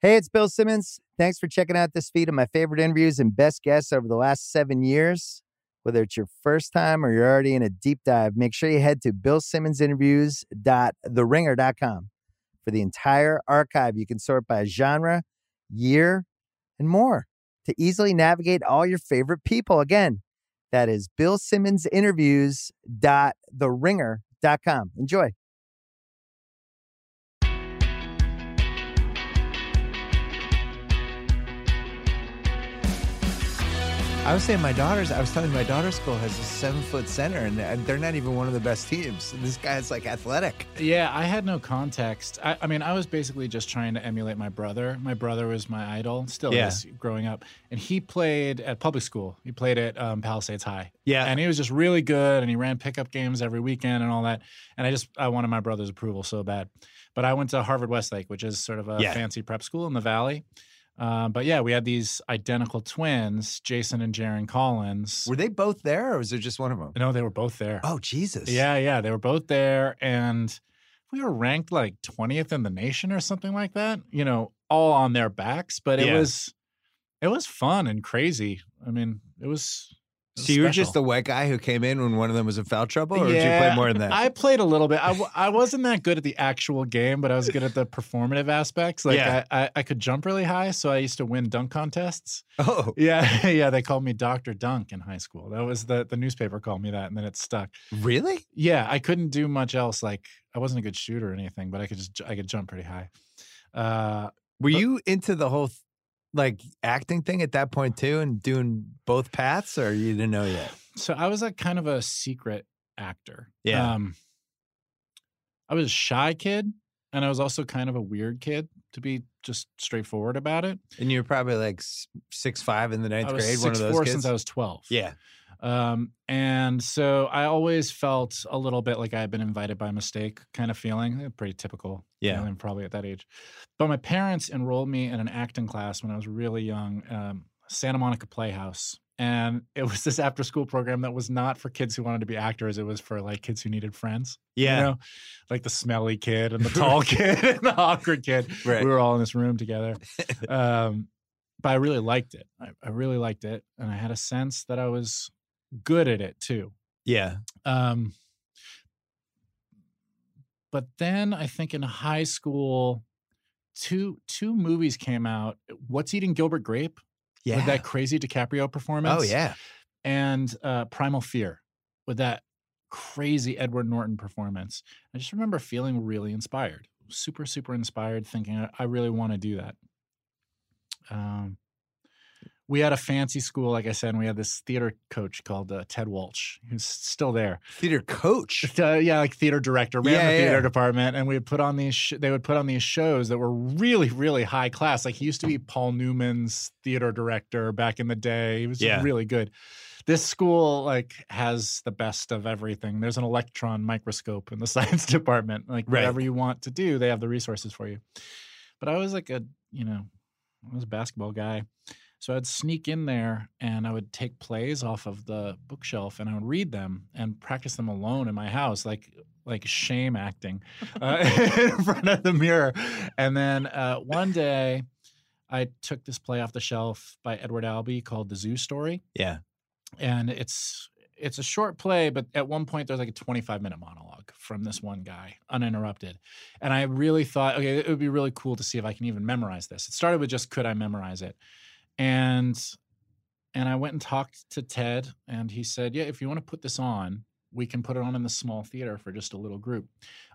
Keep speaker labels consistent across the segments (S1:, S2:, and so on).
S1: Hey, it's Bill Simmons. Thanks for checking out this feed of my favorite interviews and best guests over the last seven years. Whether it's your first time or you're already in a deep dive, make sure you head to BillSimmonsInterviews.TheRinger.com for the entire archive. You can sort by genre, year, and more to easily navigate all your favorite people. Again, that is BillSimmonsInterviews.TheRinger.com. Enjoy.
S2: I was saying my daughter's. I was telling you, my daughter's school has a seven foot center, and and they're not even one of the best teams. And this guy's like athletic.
S3: Yeah, I had no context. I, I mean, I was basically just trying to emulate my brother. My brother was my idol, still
S2: Yeah.
S3: is growing up. And he played at public school. He played at um, Palisades High.
S2: Yeah.
S3: And he was just really good and he ran pickup games every weekend and all that. And I just, I wanted my brother's approval so bad. But I went to Harvard Westlake, which is sort of a
S2: Yeah.
S3: fancy prep school in the Valley. Um, but yeah, we had these identical twins, Jason and Jaron Collins.
S2: Were they both there, or was there just one of them?
S3: no, they were both there.
S2: Oh Jesus!
S3: Yeah, yeah, they were both there, and we were ranked like twentieth in the nation or something like that. You know, all on their backs, but it
S2: Yeah.
S3: was it was fun and crazy. I mean, it was. it was
S2: So you were just the
S3: special.
S2: white guy who came in when one of them was in foul trouble, or did you play
S3: Yeah,
S2: more than that?
S3: I played a little bit. I, w- I wasn't that good at the actual game, but I was good at the performative aspects. Like
S2: Yeah.
S3: I, I, I could jump really high, so I used to win dunk contests.
S2: oh,
S3: Yeah, yeah. They called me Doctor Dunk in high school. That was the the newspaper called me that, and then it stuck.
S2: really?
S3: yeah, I couldn't do much else. Like I wasn't a good shooter or anything, but I could just ju- I could jump pretty high. Uh,
S2: Were
S3: But-
S2: you into the whole like acting thing at that point too, and doing both paths, or you didn't know yet?
S3: so I was like kind of a secret actor.
S2: Yeah.
S3: Um, I was a shy kid, and I was also kind of a weird kid. To be just straightforward about it,
S2: And you were probably like s- six five in the ninth
S3: I was
S2: grade, one of
S3: 6'4"
S2: those kids.
S3: since I was twelve.
S2: yeah,
S3: Um, and so I always felt a little bit like I had been invited by mistake kind of feeling, eh, pretty typical.
S2: Yeah.
S3: I'm probably at that age. But my parents enrolled me in an acting class when I was really young, um, Santa Monica Playhouse. And it was this after school program that was not for kids who wanted to be actors. It was for like kids who needed friends.
S2: yeah,
S3: You know, like the smelly kid and the tall kid and the awkward kid
S2: right.
S3: we were all in this room together. um, but I really liked it. I, I really liked it, and I had a sense that I was good at it too.
S2: yeah,
S3: Um, but then I think in high school, two two movies came out. What's Eating Gilbert Grape
S2: yeah.
S3: with that crazy DiCaprio performance?
S2: oh yeah,
S3: and uh, Primal Fear with that crazy Edward Norton performance. I just remember feeling really inspired, super, super inspired, thinking, I, I really want to do that. Um, we had a fancy school, like I said, and we had this theater coach called uh, Ted Walsh, who's still there.
S2: theater coach.
S3: Uh, yeah, like theater director, ran
S2: Yeah,
S3: the
S2: yeah,
S3: theater
S2: yeah.
S3: department, and we would put on these. Sh- they would put on these shows that were really, really high class. Like he used to be Paul Newman's theater director back in the day. He was
S2: Yeah.
S3: really good. This school like has the best of everything. There's an electron microscope in the science department. Like
S2: Right.
S3: whatever you want to do, they have the resources for you. But I was like a you know, I was a basketball guy. So I'd sneak in there and I would take plays off of the bookshelf and I would read them and practice them alone in my house, like like shame acting uh, in front of the mirror. And then uh, one day, I took this play off the shelf by Edward Albee called "The Zoo Story,"
S2: Yeah.
S3: and it's it's a short play, but at one point there's like a 25 minute monologue from this one guy, uninterrupted. And I really thought, okay, it would be really cool to see if I can even memorize this. It started with just could I memorize it, and and I went and talked to Ted, and he said, yeah, if you want to put this on, we can put it on in the small theater for just a little group.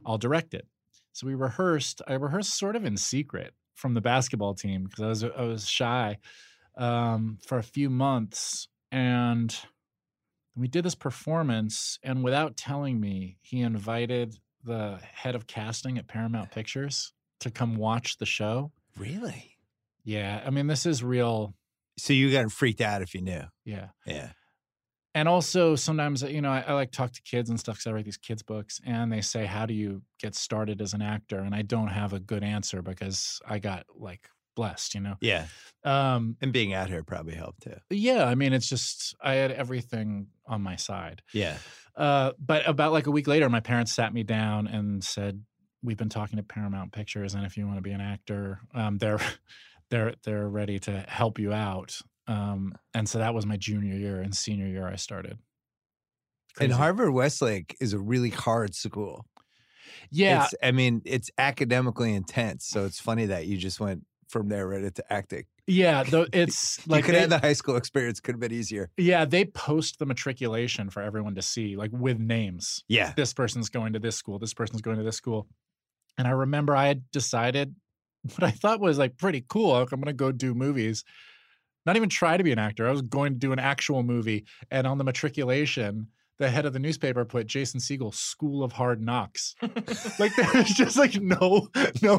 S3: I'll direct it. So we rehearsed. I rehearsed sort of in secret from the basketball team because I was I was shy um, for a few months, and we did this performance. And without telling me, he invited the head of casting at Paramount Pictures to come watch the show.
S2: Really?
S3: Yeah, I mean this is real.
S2: So you got freaked out if you knew.
S3: Yeah.
S2: Yeah.
S3: and also sometimes you know I, I like talk to kids and stuff because i write these kids books and they say how do you get started as an actor and i don't have a good answer because i got like blessed you know
S2: Yeah.
S3: um
S2: And being out here probably helped too.
S3: yeah i mean it's just i had everything on my side
S2: Yeah.
S3: uh but about like a week later my parents sat me down and said we've been talking to Paramount Pictures, and if you want to be an actor, um, they're they're they're ready to help you out. Um, and so that was my junior year and senior year I started.
S2: And
S3: Crazy.
S2: Harvard Westlake is a really hard school.
S3: yeah,
S2: It's, I mean, it's academically intense. So it's funny that you just went from there right into acting.
S3: yeah. Though it's
S2: you
S3: like
S2: could
S3: they-
S2: have the high school experience, could have been easier.
S3: yeah, they post the matriculation for everyone to see, like with names.
S2: Yeah.
S3: This person's going to this school. This person's going to this school. And I remember I had decided what I thought was like pretty cool. Like, I'm going to go do movies. Not even try to be an actor. I was going to do an actual movie. And on the matriculation, the head of the newspaper put Jason Siegel School of Hard Knocks. like there was just like no no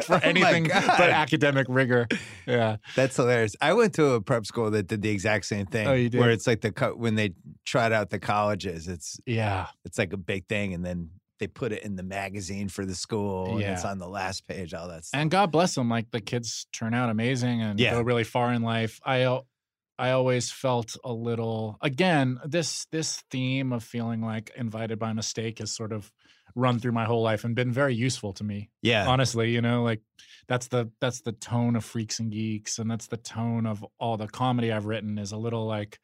S2: Oh
S3: for
S2: my
S3: anything
S2: God.
S3: but academic rigor. Yeah.
S2: That's hilarious. I went to a prep school that did the exact same thing.
S3: Oh, you did?
S2: Where it's like the co- when they tried out the colleges, it's
S3: Yeah.
S2: it's like a big thing, and then they put it in the magazine for the school, and it's
S3: Yeah.
S2: on the last page. All that stuff.
S3: and God bless them. Like the kids turn out amazing and
S2: Yeah.
S3: go really far in life. I al- I always felt a little again this this theme of feeling like invited by mistake has sort of run through my whole life and been very useful to me.
S2: yeah,
S3: Honestly, you know, like that's the that's the tone of Freaks and Geeks and that's the tone of all the comedy I've written is a little like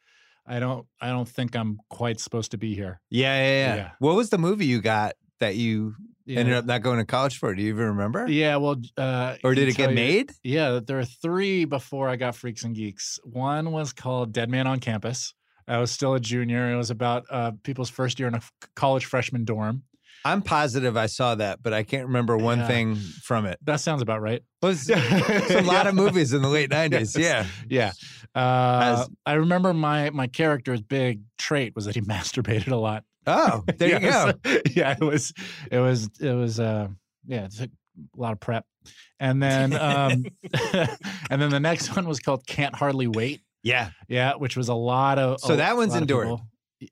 S3: I don't I don't think I'm quite supposed to be here.
S2: yeah, yeah, yeah,
S3: Yeah.
S2: What was the movie you got that you
S3: You
S2: ended
S3: know?
S2: up not going to college for? Do you even remember?
S3: Yeah, well uh
S2: Or
S3: I
S2: did
S3: can
S2: it
S3: tell
S2: get
S3: you-
S2: made?
S3: Yeah, there were three before I got Freaks and Geeks. One was called Dead Man on Campus. I was still a junior. It was about uh, people's first year in a f- college freshman dorm.
S2: I'm positive I saw that, but I can't remember one
S3: Yeah.
S2: thing from it.
S3: That sounds about right.
S2: Well, it's, it's a lot of movies in the late '90s. Yeah,
S3: Yeah. Uh, I remember my my character's big trait was that he masturbated a lot.
S2: Oh, there you
S3: Yeah,
S2: go.
S3: so- yeah, it was it was it was uh yeah, it took a lot of prep. And then um and then the next one was called Can't Hardly Wait.
S2: Yeah,
S3: Yeah, which was a lot of.
S2: So
S3: a
S2: that one's
S3: lot of
S2: endured.
S3: people-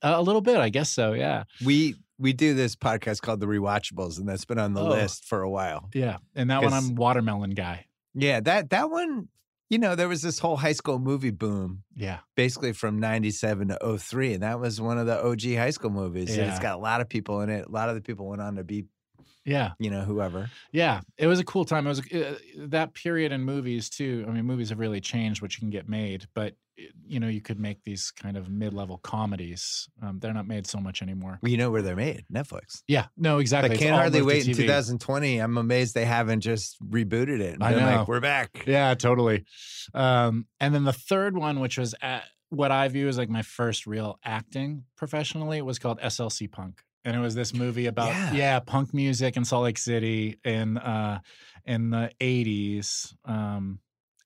S3: A a little bit, I guess so. Yeah,
S2: we we do this podcast called The Rewatchables, and that's been on the
S3: Oh.
S2: list for a while.
S3: yeah. And that one,
S2: 'Cause-
S3: I'm watermelon guy.
S2: Yeah, that that one, you know, there was this whole high school movie boom,
S3: Yeah,
S2: basically from '97 to 03, and that was one of the OG high school movies. And it's
S3: Yeah.
S2: got a lot of people in it. A lot of the people went on to be,
S3: yeah,
S2: you know, whoever.
S3: yeah. It was a cool time. It was uh, that period in movies too. I mean, movies have really changed what you can get made, but it- you know, you could make these kind of mid-level comedies. Um, they're not made so much anymore.
S2: Well, you know where they're made, Netflix.
S3: Yeah, no, exactly.
S2: I
S3: It's
S2: can't
S3: all
S2: hardly
S3: moved to
S2: wait in
S3: TV.
S2: 2020. I'm amazed they haven't just rebooted it. And
S3: I
S2: been like,
S3: know.
S2: we're back.
S3: Yeah, totally. Um, and then the third one, which was at what I view as like my first real acting professionally, was called SLC Punk, and it was this movie about
S2: Yeah.
S3: yeah, punk music in Salt Lake City in uh, in the eighties. Um,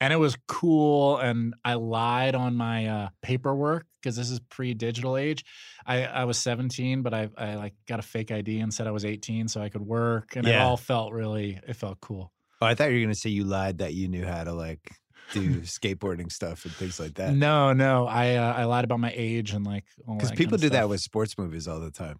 S3: and it was cool, and I lied on my uh, paperwork because this is pre-digital age. I, I was 17, but I, I like got a fake ID and said I was 18, so I could work, and it
S2: Yeah.
S3: all felt really, it felt cool.
S2: Oh, I thought you were going to say you lied that you knew how to like do skateboarding stuff and things like that.
S3: No, no, I uh, I lied about my age and like
S2: Because
S3: because
S2: people do that with sports movies all the time.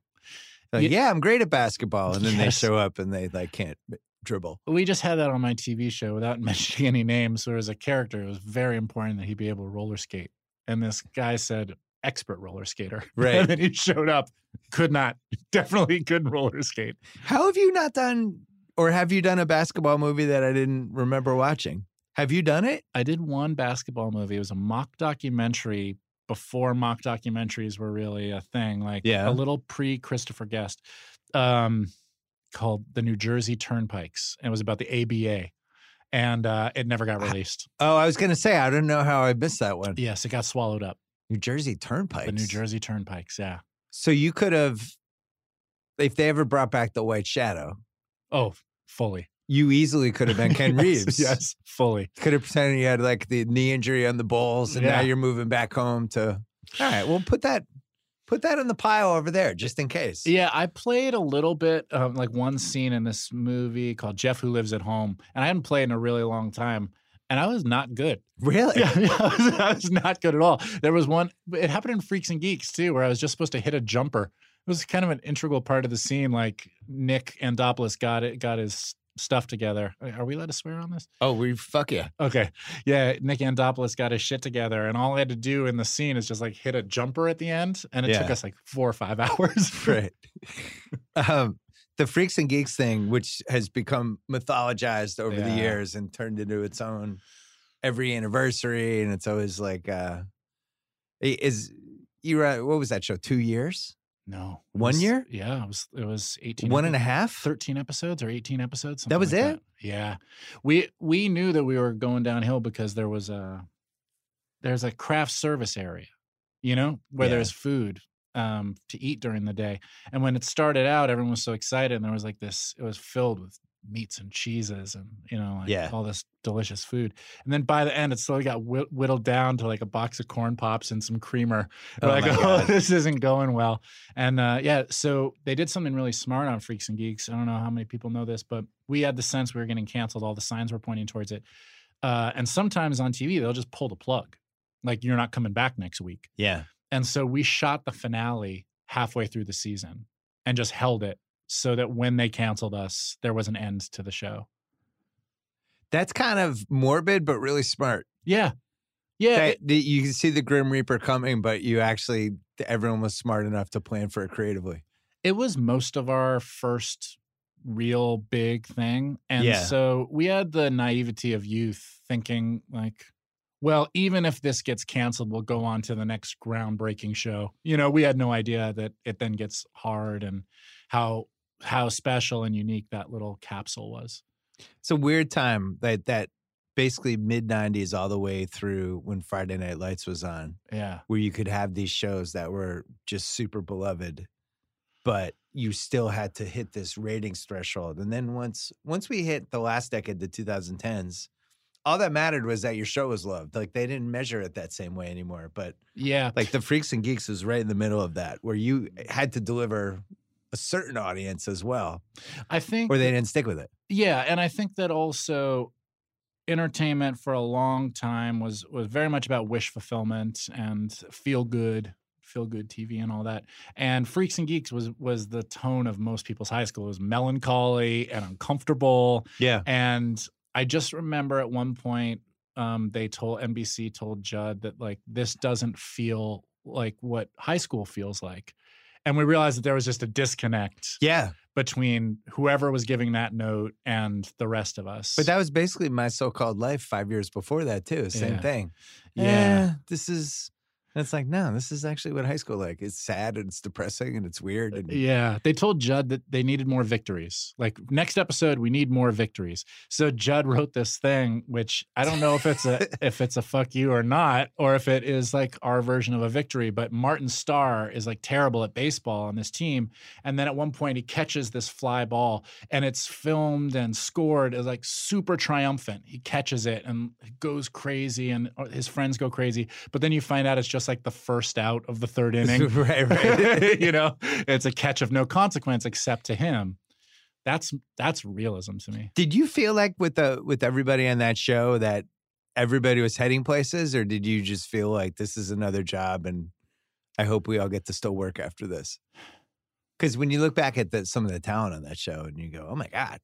S2: Like,
S3: Ye-
S2: yeah, I'm great at basketball, and then
S3: Yes.
S2: they show up and they like can't m- dribble.
S3: We just had that on my TV show without mentioning any names. There was a character. It was very important that he be able to roller skate, and this guy said expert roller skater.
S2: Right.
S3: and then he showed up, could not, definitely couldn't roller skate.
S2: How have you not done, or have you done a basketball movie that I didn't remember watching? Have you done it?
S3: I did one basketball movie. It was a mock documentary before mock documentaries were really a thing, like
S2: Yeah.
S3: a little pre Christopher Guest, um, called The New Jersey Turnpikes. And it was about the ABA. And uh, it never got
S2: Ah.
S3: released.
S2: Oh, I was going to say I don't know how I missed that one.
S3: Yes, it got swallowed up.
S2: New Jersey Turnpike.
S3: The New Jersey Turnpikes. Yeah.
S2: So you could have, if they ever brought back the White Shadow,
S3: Oh, fully.
S2: you easily could have been Ken
S3: Yes,
S2: Reeves.
S3: Yes, fully.
S2: Could have pretended you had like the knee injury on the balls, and now
S3: Yeah.
S2: you're moving back home to. All right, well, put that, put that in the pile over there, just in case.
S3: Yeah, I played a little bit, um, like one scene in this movie called Jeff Who Lives at Home. And I hadn't played in a really long time. And I was not good.
S2: Really?
S3: yeah, yeah, I, was, I was not good at all. There was one. It happened in Freaks and Geeks too, where I was just supposed to hit a jumper. It was kind of an integral part of the scene. Like Nick Andopoulos got it, got his stuff together. Are we allowed to swear on this?
S2: Oh, we fuck yeah.
S3: Okay, yeah. Nick Andopoulos got his shit together, and all I had to do in the scene is just like hit a jumper at the end, and it took
S2: Yeah.
S3: us like four or five hours.
S2: Right. um, the freaks and geeks thing, which has become mythologized over the
S3: Yeah.
S2: years and turned into its own every anniversary, and it's always like, uh, i- is you were- what was that show? Two years,
S3: No. it
S2: One
S3: was-
S2: year?
S3: Yeah, it was it was 18
S2: one
S3: epi-
S2: and a half.
S3: 13 episodes or 18 episodes.
S2: That
S3: something
S2: was
S3: like
S2: it?
S3: Yeah. We we knew that we were going downhill because there was a there's a craft service area, you know, where
S2: Yeah.
S3: there's food um to eat during the day. And when it started out, everyone was so excited and there was like this it was filled with meats and cheeses and you know like
S2: Yeah.
S3: all this delicious food. And then by the end it slowly got whitt- whittled down to like a box of corn pops and some creamer. We're
S2: Oh
S3: like,
S2: my
S3: oh,
S2: God.
S3: this isn't going well. And uh, yeah, so they did something really smart on Freaks and Geeks. I don't know how many people know this, but we had the sense we were getting canceled. All the signs were pointing towards it. Uh, and sometimes on TV, they'll just pull the plug, like, you're not coming back next week.
S2: Yeah,
S3: And so we shot the finale halfway through the season and just held it so that when they canceled us, there was an end to the show.
S2: that's kind of morbid, but really smart.
S3: Yeah. Yeah.
S2: That,
S3: it-
S2: that you can see the Grim Reaper coming, but you actually everyone was smart enough to plan for it creatively.
S3: it was most of our first real big thing and
S2: Yeah.
S3: so we had the naivety of youth thinking like well even if this gets canceled we'll go on to the next groundbreaking show you know we had no idea that it then gets hard and how how special and unique that little capsule was
S2: It's a weird time that that basically mid '90s all the way through when Friday Night Lights was on.
S3: yeah
S2: where you could have these shows that were just super beloved, but you still had to hit this ratings threshold. And then once once we hit the last decade, the 2010s, all that mattered was that your show was loved. Like they didn't measure it that same way anymore. But
S3: yeah
S2: like the Freaks and Geeks was right in the middle of that, where you had to deliver a certain audience as well,
S3: i think
S2: or they didn't stick with it.
S3: Yeah, and I think that also entertainment for a long time was was very much about wish fulfillment and feel good, feel good TV and all that. And Freaks and Geeks was was the tone of most people's high school. It was melancholy and uncomfortable.
S2: Yeah.
S3: And I just remember at one point um, they told NBC told Judd that like this doesn't feel like what high school feels like. And we realized that there was just a disconnect
S2: Yeah.
S3: between whoever was giving that note and the rest of us.
S2: But that was basically my so-called life five years before that too. Same
S3: Yeah.
S2: thing.
S3: Yeah.
S2: Yeah, this is. And it's like no, this is actually what high school like. It's sad and it's depressing and it's weird. And
S3: Uh, yeah, they told Judd that they needed more victories. Like next episode, we need more victories. So Judd wrote this thing, which I don't know if it's a if it's a fuck you or not, or if it is like our version of a victory. But Martin Starr is like terrible at baseball on this team, and then at one point he catches this fly ball, and it's filmed and scored as like super triumphant. He catches it and goes crazy, and uh, his friends go crazy. But then you find out it's just like the first out of the third inning.
S2: right, right.
S3: you know, it's a catch of no consequence except to him. That's that's realism to me.
S2: did you feel like with the with everybody on that show that everybody was heading places, or did you just feel like this is another job and I hope we all get to still work after this? Because when you look back at the, some of the talent on that show and you go, oh my god,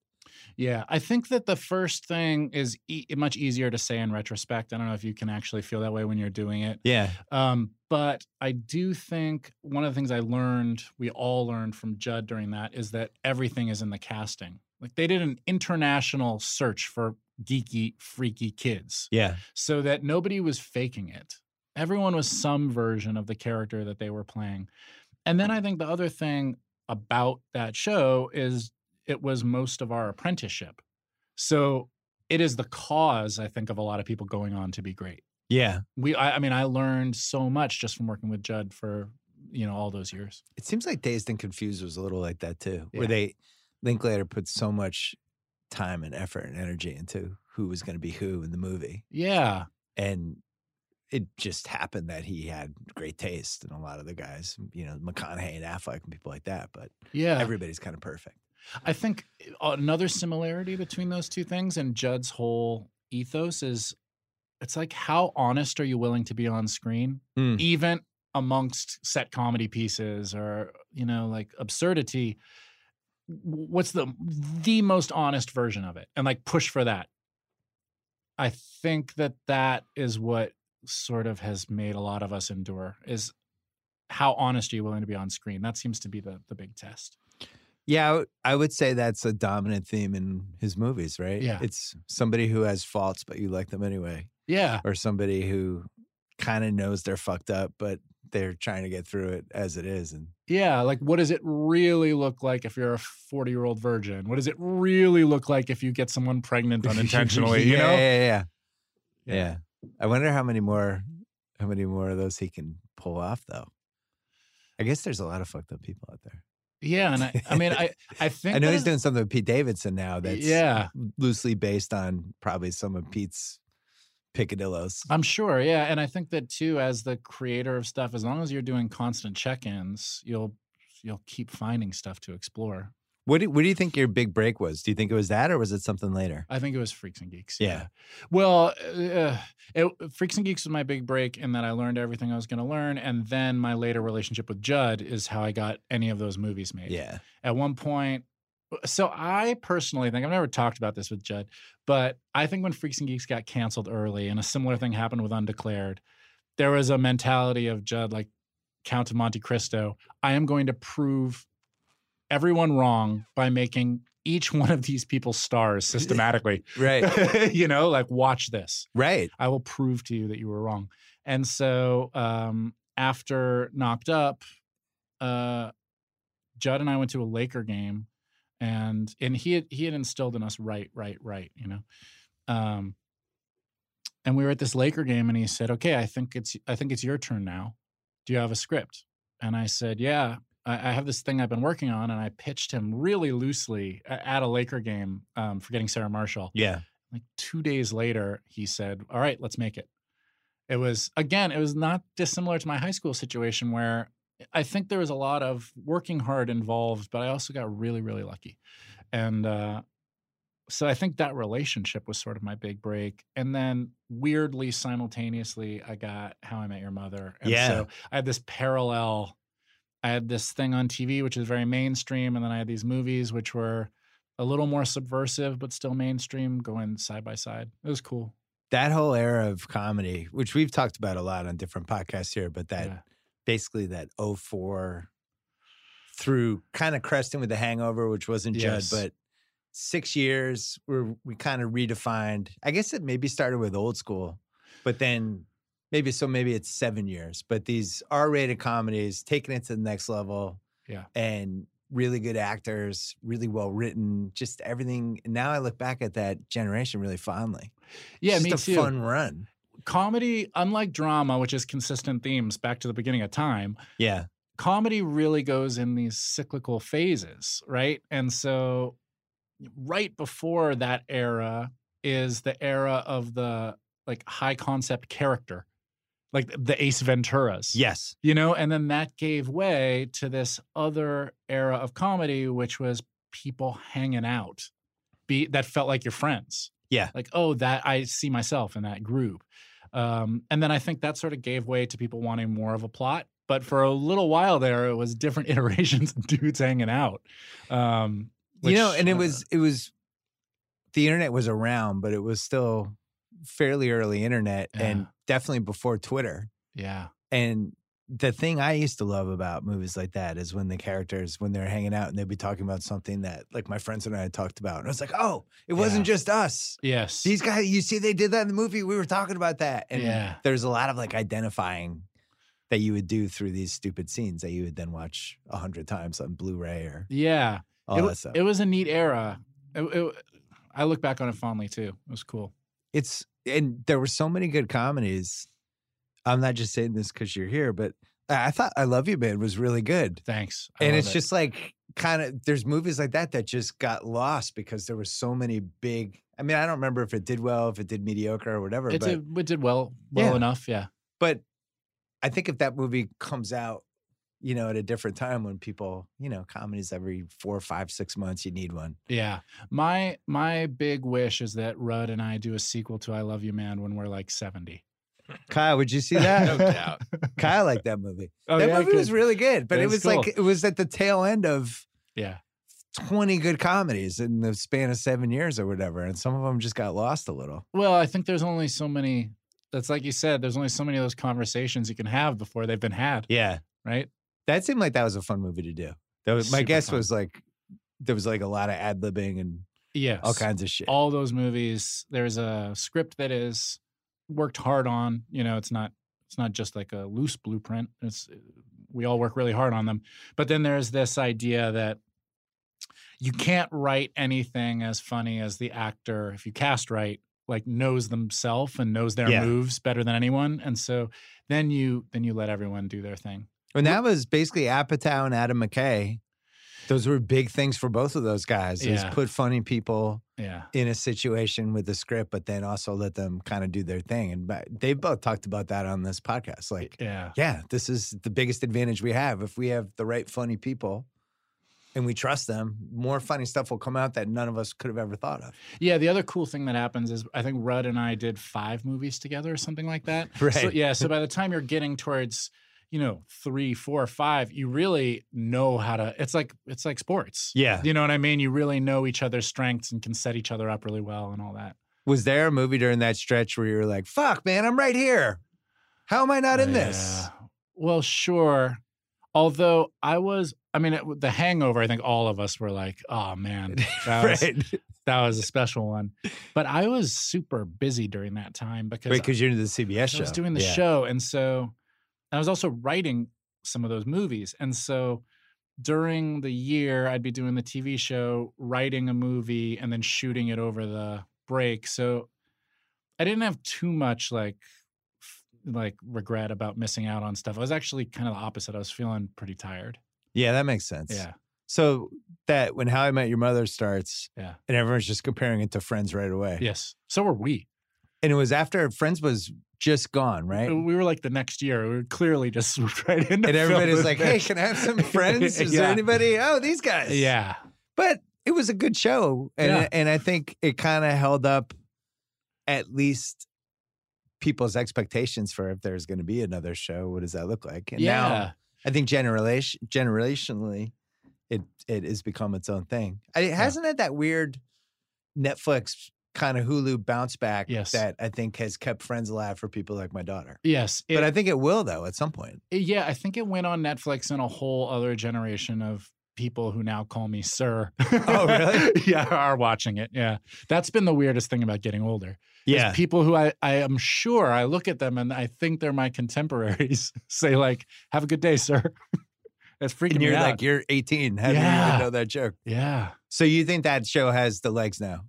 S3: Yeah, I think that the first thing is e- much easier to say in retrospect. I don't know if you can actually feel that way when you're doing it.
S2: yeah,
S3: Um, but I do think one of the things I learned, we all learned from Judd during that, is that everything is in the casting. Like they did an international search for geeky, freaky kids.
S2: yeah,
S3: so that nobody was faking it. Everyone was some version of the character that they were playing. And then I think the other thing about that show is it was most of our apprenticeship. So it is the cause, I think, of a lot of people going on to be great.
S2: yeah.
S3: We, I, I mean, I learned so much just from working with Judd for you know all those years.
S2: It seems like Dazed and Confused was a little like that too, where
S3: Yeah.
S2: they Linklater put so much time and effort and energy into who was going to be who in the movie,
S3: Yeah,
S2: and it just happened that he had great taste in a lot of the guys, you know, McConaughey and Affleck and people like that. But
S3: yeah.
S2: everybody's kind of perfect.
S3: I think another similarity between those two things and Judd's whole ethos is it's like how honest are you willing to be on screen,
S2: Mm.
S3: even amongst set comedy pieces or you know like absurdity. What's the the most honest version of it, and like push for that. I think that that is what sort of has made a lot of us endure is how honest are you willing to be on screen. That seems to be the the big test.
S2: Yeah, I would- I would say that's a dominant theme in his movies, right?
S3: Yeah.
S2: It's somebody who has faults, but you like them anyway,
S3: Yeah.
S2: or somebody who kind of knows they're fucked up, but they're trying to get through it as it is. And
S3: Yeah. Like, what does it really look like if you're a 40 year old virgin? What does it really look like if you get someone pregnant unintentionally?
S2: yeah,
S3: You know?
S2: Yeah, yeah, yeah. Yeah. I wonder how many more, how many more of those he can pull off, though. I guess there's a lot of fucked up people out there.
S3: Yeah. And I, I mean, I, I think
S2: I know
S3: that
S2: he's
S3: is-
S2: doing something with Pete Davidson now that's
S3: yeah.
S2: loosely based on probably some of Pete's picadillos.
S3: I'm sure, yeah, and I think that too. As the creator of stuff, as long as you're doing constant check-ins, you'll you'll keep finding stuff to explore.
S2: What do, what do you think your big break was? Do you think it was that or was it something later?
S3: I think it was Freaks and Geeks.
S2: Yeah.
S3: Well, uh, it, Freaks and Geeks was my big break, in that I learned everything I was going to learn, and then my later relationship with Judd is how I got any of those movies made.
S2: Yeah.
S3: At one point, uh, so I personally think I've never talked about this with Judd, but I think when Freaks and Geeks got canceled early, and a similar thing happened with Undeclared, there was a mentality of Judd like Count of Monte Cristo. I am going to prove everyone wrong by making each one of these people stars systematically.
S2: Right.
S3: you know, like watch this.
S2: right.
S3: I will prove to you that you were wrong. And so um, after knocked up, uh, Judd and I went to a Laker game, and and he had, he had instilled in us right, right, right. You know, um, and we were at this Laker game, and he said, "Okay, I think it's I think it's your turn now. Do you have a script?" And I said, "Yeah." I I have this thing I've been working on, and I pitched him really loosely a- at a Laker game, um, forgetting Sarah Marshall.
S2: Yeah.
S3: Like two days later, he said, All right, let's make it. It was, again, it was not dissimilar to my high school situation where I think there was a lot of working hard involved, but I also got really, really lucky. And uh, so I think that relationship was sort of my big break. And then weirdly, simultaneously, I got How I Met Your Mother. And
S2: Yeah.
S3: so I had this parallel. I had this thing on TV, which is very mainstream. And then I had these movies, which were a little more subversive, but still mainstream, going side by side. It was cool.
S2: That whole era of comedy, which we've talked about a lot on different podcasts here, but that
S3: Yeah.
S2: basically that 04 through kind of Creston with the hangover, which wasn't
S3: Yes.
S2: Judd, but six years where we kind of redefined. I guess it maybe started with old school, but then maybe so maybe it's seven years. But these R rated comedies taking it to the next level.
S3: Yeah.
S2: And really good actors, really well written, just everything. Now I look back at that generation really fondly.
S3: Yeah,
S2: It's
S3: me
S2: just
S3: too.
S2: a fun run.
S3: Comedy, unlike drama, which is consistent themes back to the beginning of time,
S2: Yeah.
S3: comedy really goes in these cyclical phases, right? And so, right before that era is the era of the like high concept character, like the Ace Venturas.
S2: Yes.
S3: you know and then that gave way to this other era of comedy which was people hanging out be that felt like your friends
S2: Yeah.
S3: like oh that i see myself in that group um, and then i think that sort of gave way to people wanting more of a plot but for a little while there it was different iterations of dudes hanging out um,
S2: you know
S3: which,
S2: and it
S3: uh,
S2: was it was the internet was around but it was still fairly early internet and
S3: Yeah.
S2: definitely before twitter
S3: yeah
S2: and the thing i used to love about movies like that is when the characters when they're hanging out and they'd be talking about something that like my friends and i had talked about and i was like oh it wasn't just us
S3: yes
S2: these guys you see they did that in the movie we were talking about that and
S3: Yeah.
S2: there's a lot of like identifying that you would do through these stupid scenes that you would then watch a hundred times on blu-ray or
S3: yeah
S2: all
S3: it, wa-
S2: that stuff
S3: it was a neat era It- it- i look back on it fondly too it was cool
S2: it's and there were so many good comedies. I'm not just saying this because you're here, but I I thought I Love You Man was really good,
S3: thanks I
S2: and
S3: love
S2: it's
S3: it.
S2: just like kind of there's movies like that that just got lost because there were so many big. I mean, I don't remember if it did well, if it did mediocre or whatever,
S3: It
S2: but
S3: did, it did well, well
S2: Yeah.
S3: enough. Yeah.
S2: but I think if that movie comes out, you know, at a different time when people, you know, comedies every four, five, six months, you need one.
S3: Yeah. My my big wish is that Rudd and I do a sequel to I Love You Man when we're like 70.
S2: Kyle, would you see
S3: No
S2: that?
S3: doubt.
S2: Kyle liked that movie.
S3: Oh,
S2: that
S3: yeah,
S2: movie was
S3: good.
S2: really good, but
S3: That
S2: it was
S3: was
S2: like
S3: cool.
S2: it was at the tail end of
S3: Yeah.
S2: 20 good comedies in the span of seven years or whatever. And some of them just got lost a little.
S3: Well, I think there's only so many that's like you said, there's only so many of those conversations you can have before they've been had,
S2: Yeah.
S3: right?
S2: That seemed like that was a fun movie to do. That was, my
S3: Super
S2: guess
S3: fun.
S2: was like there was like a lot of ad libbing and
S3: Yes.
S2: all kinds of shit.
S3: all those movies there's a script that is worked hard on you know it's not it's not just like a loose blueprint it's uh, we all work really hard on them but then there's this idea that you can't write anything as funny as the actor if you cast right like knows themselves and knows their
S2: Yeah.
S3: moves better than anyone and so then you then you let everyone do their thing
S2: and that was basically Apatow and Adam McKay. Those were big things for both of those guys. Is
S3: Yeah.
S2: put funny people
S3: yeah
S2: in a situation with the script, but then also let them kind of do their thing. And but they both talked about that on this podcast. Like,
S3: yeah
S2: yeah, this is the biggest advantage we have. If we have the right funny people and we trust them, more funny stuff will come out that none of us could have ever thought of.
S3: yeah the other cool thing that happens is i think rudd and i did five movies together or something like that
S2: Right.
S3: So, yeah. So by the time you're getting towards, you know, three, four, five, you really know how to. It's like it's like sports.
S2: Yeah.
S3: You know what I mean? You really know each other's strengths and can set each other up really well and all that.
S2: Was there a movie during that stretch where you were like, fuck, man, I'm right here. How am I not in this?
S3: Yeah. Well, sure. Although I was, I mean, it, the Hangover. I think all of us were like, "Oh man, that was
S2: right.
S3: that was a special one." But I was super busy during that time because
S2: Wait, because you're into the CBS show.
S3: I was doing the
S2: Yeah.
S3: show, and so I was also writing some of those movies, and so during the year I'd be doing the TV show, writing a movie, and then shooting it over the break. So I didn't have too much like f- like regret about missing out on stuff. I was actually kind of the opposite. I was feeling pretty tired.
S2: Yeah, that makes sense.
S3: Yeah,
S2: So that when How I Met Your Mother starts,
S3: Yeah.
S2: and everyone's just comparing it to Friends right away.
S3: yes. So were we.
S2: And it was after Friends was just gone, right?
S3: We were like the next year. We were clearly just right into
S2: and
S3: film
S2: everybody's
S3: this
S2: like,
S3: thing.
S2: "Hey, can I have some friends? Is there
S3: Yeah.
S2: anybody? Oh, these guys."
S3: yeah,
S2: but it was a good show, and
S3: Yeah.
S2: and I think it kind of held up at least people's expectations for if there's going to be another show. What does that look like? And
S3: yeah."
S2: now I think generation generationally, it it has become its own thing. And It hasn't had that weird Netflix kind of Hulu bounce back
S3: Yes.
S2: that I think has kept Friends alive for people like my daughter.
S3: Yes, it-
S2: but I think it will though at some point.
S3: Uh, Yeah, I think it went on Netflix and a whole other generation of people who now call me sir.
S2: Oh, really?
S3: yeah, are watching it. Yeah. That's been the weirdest thing about getting older. is People who I, I am sure I look at them and I think they're my contemporaries say like, have a good day, sir. That's freaking
S2: and you're
S3: me
S2: like
S3: out.
S2: you're 18. How do you
S3: Yeah.
S2: even know that joke?
S3: Yeah.
S2: So you think that show has the legs now?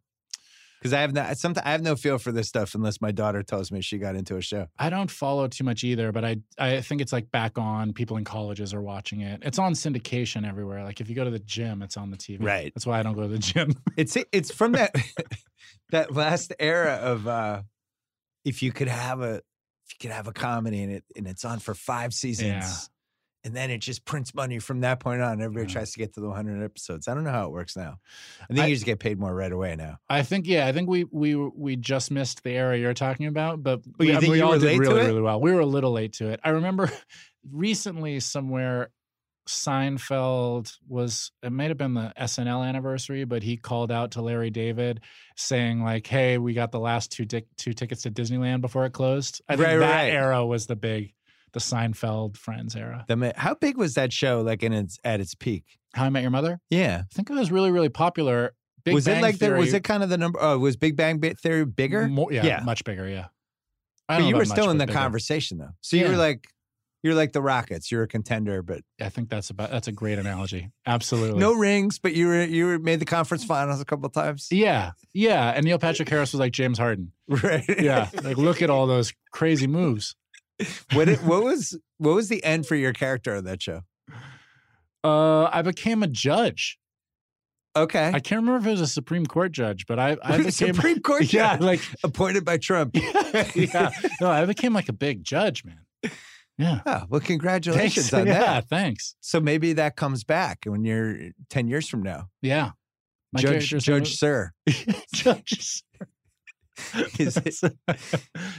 S2: Because I have not. Sometimes I have no feel for this stuff unless my daughter tells me she got into a show.
S3: I don't follow too much either, but I I think it's like back on. People in colleges are watching it. It's on syndication everywhere. Like if you go to the gym, it's on the TV.
S2: Right.
S3: That's why I don't go to the gym.
S2: It's it's from that that last era of uh if you could have a if you could have a comedy and it and it's on for five seasons. And then it just prints money from that point on. Everybody
S3: Yeah.
S2: tries to get to the 100 episodes. I don't know how it works now. I think
S3: I-
S2: you just get paid more right away now.
S3: I think yeah, I think we we we just missed the area you're talking about, but
S2: Oh, you
S3: we, I mean,
S2: think
S3: we
S2: you were
S3: all
S2: late
S3: did
S2: to
S3: really
S2: it?
S3: really well. We were a little late to it. I remember recently somewhere Seinfeld was it might have been the SNL anniversary, but he called out to Larry David saying like, "Hey, we got the last two dic- two tickets to Disneyland before it closed." I think
S2: Right,
S3: that
S2: right.
S3: era was the big the Seinfeld Friends era.
S2: The ma- how big was that show like in its at its peak?
S3: How I Met Your Mother?
S2: Yeah.
S3: I think it was really really popular. Big
S2: was
S3: Bang
S2: it like
S3: Theory,
S2: the, was it kind of the number oh, was Big Bang Bi- Theory bigger?
S3: More, yeah,
S2: Yeah.
S3: much bigger. Yeah, I
S2: But
S3: don't
S2: you
S3: know
S2: were
S3: about much,
S2: still in
S3: but
S2: the
S3: bigger.
S2: conversation though. So you were
S3: Yeah.
S2: like you're like the Rockets. You're a contender, but
S3: I think that's about that's a great analogy. Absolutely.
S2: no rings, but you were you were made the conference finals a couple times.
S3: Yeah. Yeah. And Neil Patrick Harris was like James Harden.
S2: Right.
S3: Yeah. Like look at all those crazy moves.
S2: what it, what was what was the end for your character on that show?
S3: Uh I became a judge.
S2: Okay.
S3: I can't remember if it was a Supreme Court judge, but I I became
S2: Supreme Court
S3: Yeah,
S2: judge
S3: like
S2: appointed by Trump.
S3: yeah. No, I became like a big judge, man. Yeah.
S2: Oh, well, congratulations
S3: Thanks.
S2: on
S3: yeah,
S2: that.
S3: thanks.
S2: So maybe that comes back when you're ten years from now.
S3: Yeah. My
S2: judge
S3: character's
S2: Judge Sir.
S3: Judge.
S2: He's,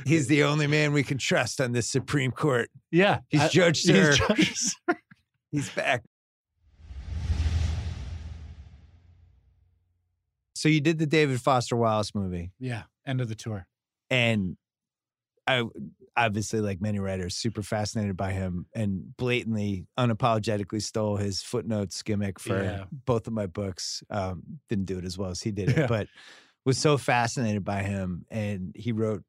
S2: he's the only man we can trust on this Supreme Court.
S3: yeah.
S2: He's
S3: I-
S2: Judge Sir.
S3: He's Judge Sir.
S2: He's back. So you did the David Foster Wallace movie,
S3: Yeah. End of the tour.
S2: and I obviously, like many writers, super fascinated by him and blatantly, unapologetically stole his footnotes gimmick for
S3: Yeah.
S2: both of my books. Um, didn't do it as well as he did it,
S3: Yeah.
S2: but was so fascinated by him. And he wrote,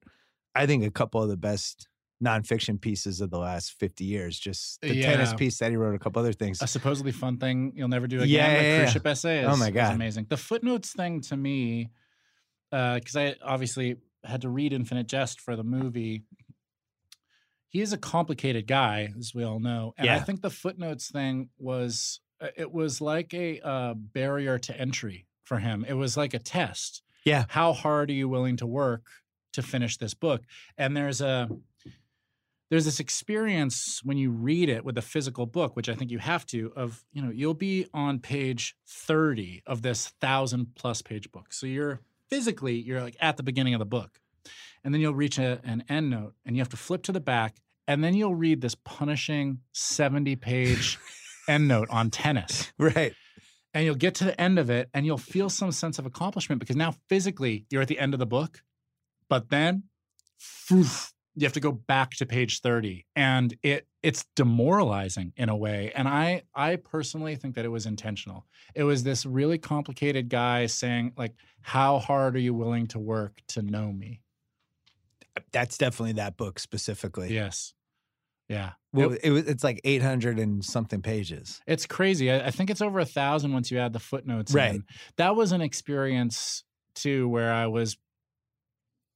S2: I think, a couple of the best nonfiction pieces of the last 50 years. Just the tennis
S3: Yeah.
S2: piece that he wrote, a couple other things.
S3: a supposedly fun thing you'll never do again.
S2: Yeah,
S3: the
S2: yeah,
S3: cruise
S2: yeah.
S3: ship essay. Is,
S2: Oh my
S3: is
S2: God.
S3: amazing. The footnotes thing to me, because I obviously had to read Infinite Jest for the movie. He is a complicated guy, as we all know, and I
S2: Yeah.
S3: think the footnotes thing was uh, it was like a uh, barrier to entry for him. It was like a test.
S2: Yeah.
S3: how hard are you willing to work to finish this book? And there's a there's this experience when you read it with a physical book, which I think you have to, of, you know, you'll be on page 30 of this thousand plus page book. So you're physically, you're like at the beginning of the book. And then you'll reach a, an end note and you have to flip to the back. And then you'll read this punishing 70 page end note on tennis
S2: right.
S3: and you'll get to the end of it and you'll feel some sense of accomplishment because now physically you're at the end of the book but then poof, you have to go back to page 30 and it it's demoralizing in a way and i i personally think that it was intentional it was this really complicated guy saying like how hard are you willing to work to know me
S2: That's definitely that book specifically.
S3: yes yeah
S2: Well, it was, it's like 800 and something pages.
S3: It's crazy. I, I think it's over a thousand once you add the footnotes
S2: Right.
S3: in. That was an experience too where I was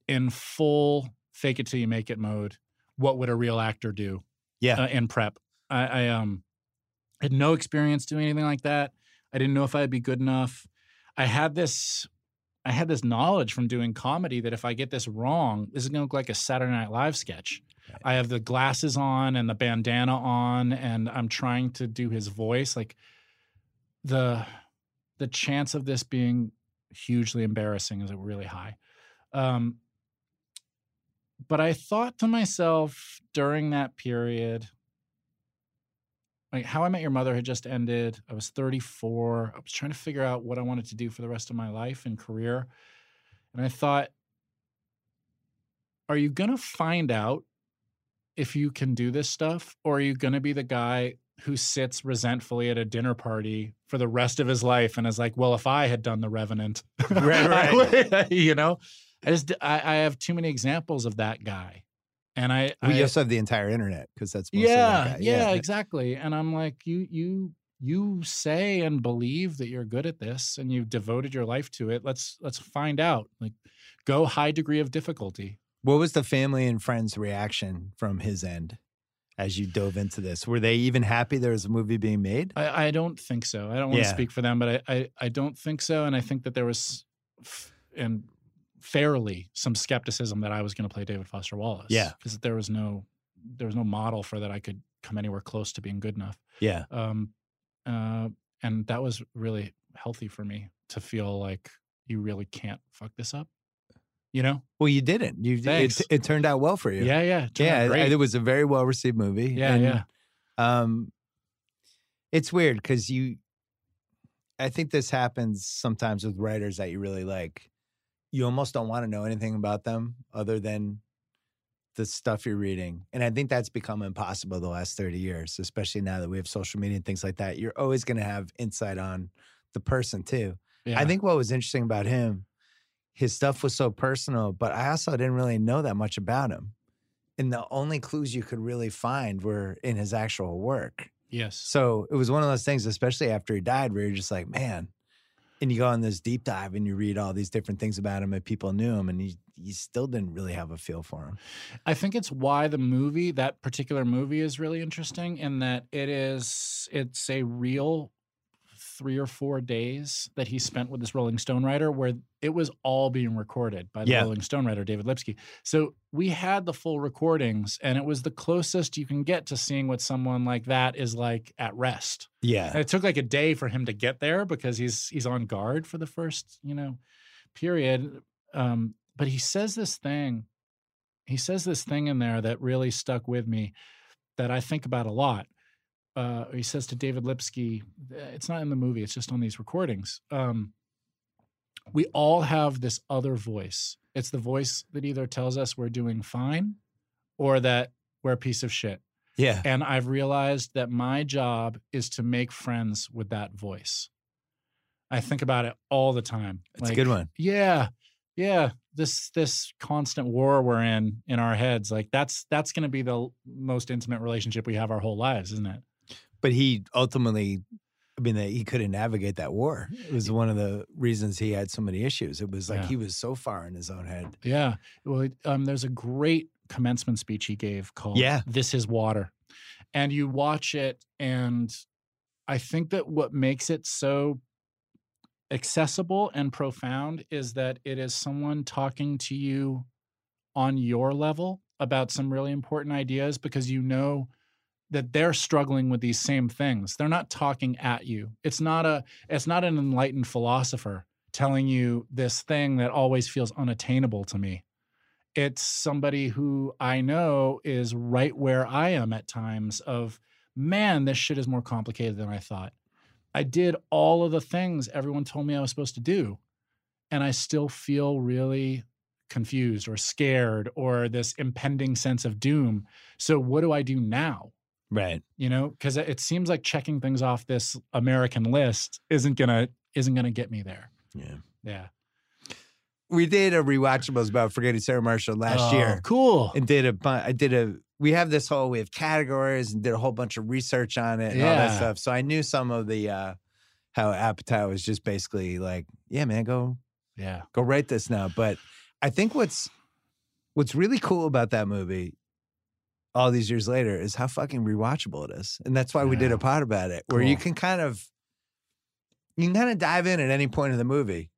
S3: in full fake it till you make it mode. What would a real actor do?
S2: Yeah.
S3: uh, in prep. I, I um had no experience doing anything like that. I didn't know if I'd be good enough. I had this I had this knowledge from doing comedy that if I get this wrong, this is gonna look like a Saturday Night Live sketch.
S2: Right.
S3: I have the glasses on and the bandana on, and I'm trying to do his voice. Like the the chance of this being hugely embarrassing is like, really high. Um, but I thought to myself during that period, like How I Met Your Mother had just ended. I was 34. I was trying to figure out what I wanted to do for the rest of my life and career. And I thought, are you going to find out if you can do this stuff? Or are you going to be the guy who sits resentfully at a dinner party for the rest of his life and is like, well, if I had done The Revenant,
S2: Right,
S3: I
S2: right.
S3: would," you know, I just, I, I have too many examples of that guy. And I,
S2: We
S3: I
S2: also have the entire internet because that's mostly that
S3: yeah,
S2: guy.
S3: yeah, exactly. And I'm like, you, you, you say and believe that you're good at this, and you've devoted your life to it. Let's let's find out. Like, go high degree of difficulty.
S2: What was the family and friends' reaction from his end as you dove into this? Were they even happy there was a movie being made?
S3: I, I don't think so. I don't want to
S2: Yeah.
S3: speak for them, but I, I, I don't think so. And I think that there was, f- and fairly, some skepticism that I was going to play David Foster Wallace.
S2: Yeah.
S3: because there was no, there was no model for that. I could come anywhere close to being good enough.
S2: Yeah,
S3: um, uh, and that was really healthy for me to feel like you really can't fuck this up. You know?
S2: well, you didn't. You
S3: Thanks.
S2: it, it turned out well for you.
S3: Yeah, yeah, it turned out
S2: yeah.
S3: great.
S2: It, it was a very well received movie.
S3: yeah,
S2: and,
S3: yeah.
S2: Um, it's weird because you, I think this happens sometimes with writers that you really like. You almost don't want to know anything about them other than the stuff you're reading. And I think that's become impossible the last 30 years, especially now that we have social media and things like that. You're always going to have insight on the person too. I
S3: yeah.
S2: think what was interesting about him, his stuff was so personal, but I also didn't really know that much about him. And the only clues you could really find were in his actual work.
S3: yes,
S2: So it was one of those things, especially after he died, where you're just like, man. And you go on this deep dive and you read all these different things about him and people knew him and you, you still didn't really have a feel for him.
S3: I think it's why the movie, that particular movie, is really interesting in that it is, it's a real three or four days that he spent with this Rolling Stone writer where it was all being recorded by the
S2: Yeah.
S3: Rolling Stone writer, David Lipsky. So we had the full recordings and it was the closest you can get to seeing what someone like that is like at rest.
S2: Yeah.
S3: And it took like a day for him to get there because he's he's on guard for the first, you know, period. Um, but he says this thing. He says this thing in there that really stuck with me that I think about a lot. Uh, he says to David Lipsky, uh, it's not in the movie, it's just on these recordings. Um, we all have this other voice. It's the voice that either tells us we're doing fine or that we're a piece of shit.
S2: Yeah.
S3: And I've realized that my job is to make friends with that voice. I think about it all the time.
S2: It's a good one.
S3: Yeah. Yeah. This this constant war we're in in our heads, like that's that's gonna be the l- most intimate relationship we have our whole lives, isn't it?
S2: But he ultimately, I mean, that he couldn't navigate that war. It was one of the reasons he had so many issues. It was like
S3: Yeah.
S2: he was so far in his own head.
S3: Yeah. Well, um, there's a great commencement speech he gave called
S2: Yeah.
S3: This is Water. And you watch it, and I think that what makes it so accessible and profound is that it is someone talking to you on your level about some really important ideas because you know that they're struggling with these same things. They're not talking at you. It's not a it's not an enlightened philosopher telling you this thing that always feels unattainable to me. It's somebody who I know is right where I am at times of, man, this shit is more complicated than I thought. I did all of the things everyone told me I was supposed to do, and I still feel really confused or scared or this impending sense of doom. So, what do I do now?
S2: Right.
S3: you know because it seems like checking things off this american list isn't gonna isn't gonna get me there
S2: Yeah.
S3: yeah
S2: We did a rewatchables about forgetting Sarah Marshall last
S3: Oh,
S2: year.
S3: cool
S2: and did a bunch. I did a. We have this whole. We have categories and did a whole bunch of research on it and all that
S3: Yeah.
S2: stuff. So I knew some of the uh how appetite was just basically like, yeah, man, go
S3: yeah
S2: go write this now. But I think what's what's really cool about that movie, all these years later, is how fucking rewatchable it is, and that's why we did
S3: Yeah.
S2: a pod about it, where you
S3: Cool.
S2: can kind of you can kind of dive in at any point of the movie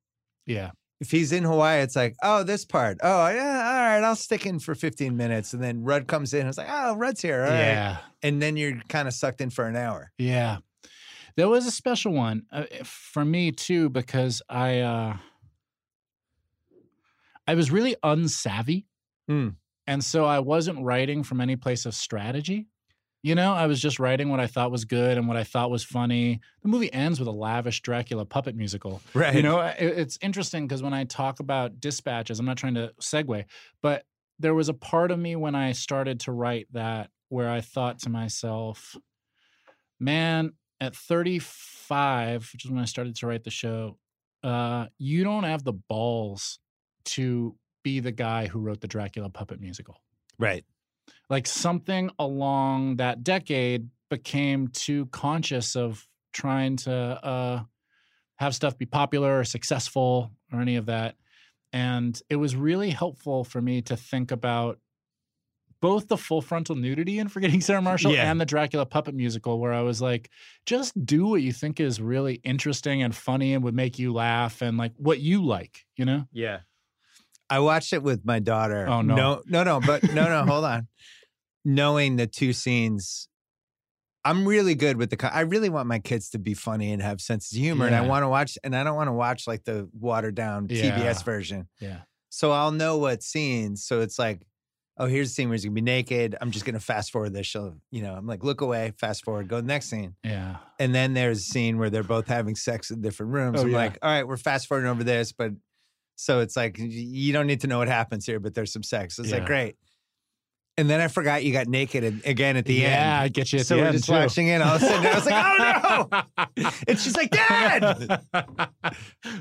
S3: yeah
S2: if he's in Hawaii, it's like, oh, this part. Oh, yeah, all right, I'll stick in for 15 minutes. And then Rudd comes in. It's like, oh, Rudd's here. all right.
S3: yeah
S2: And then you're kind of sucked in for an hour.
S3: yeah there was a special one uh, for me too because i uh i was really unsavvy
S2: Hmm.
S3: and so i wasn't writing from any place of strategy you know i was just writing what i thought was good and what i thought was funny the movie ends with a lavish dracula puppet musical
S2: Right.
S3: You know, I- it, it's interesting because when I talk about dispatches, I'm not trying to segue, but there was a part of me when I started to write that where I thought to myself, man, at 35, which is when I started to write the show, uh, you don't have the balls to be the guy who wrote the Dracula puppet musical
S2: Right.
S3: like something along that decade became too conscious of trying to uh, have stuff be popular or successful or any of that. And it was really helpful for me to think about both the full frontal nudity in Forgetting Sarah Marshall
S2: Yeah.
S3: and the Dracula puppet musical, where I was like, just do what you think is really interesting and funny and would make you laugh and like what you like, you know?
S2: Yeah. I watched it with my daughter.
S3: Oh, no.
S2: No, no, no, but no, no, hold on. Knowing the two scenes, I'm really good with the. co- I really want my kids to be funny and have sense of humor, and I
S3: Yeah.
S2: want to watch, and I don't want to watch like the watered down
S3: Yeah.
S2: TBS version.
S3: Yeah.
S2: So I'll know what scenes. So it's like, oh, here's the scene where he's gonna be naked. I'm just gonna fast forward this. She'll, you know, I'm like, look away, fast forward, go to the next scene.
S3: Yeah.
S2: And then there's a scene where they're both having sex in different rooms.
S3: Oh,
S2: I'm
S3: yeah.
S2: like, all right, we're fast forwarding over this, but so it's like y- you don't need to know what happens here, but there's some sex. It's
S3: Yeah.
S2: like great. And then I forgot you got naked and- again at the
S3: yeah,
S2: end.
S3: I get you at
S2: so
S3: the
S2: we're
S3: end
S2: just
S3: too.
S2: watching it. All of a sudden, I was like, oh no.
S3: no!
S2: And she's like, Dad.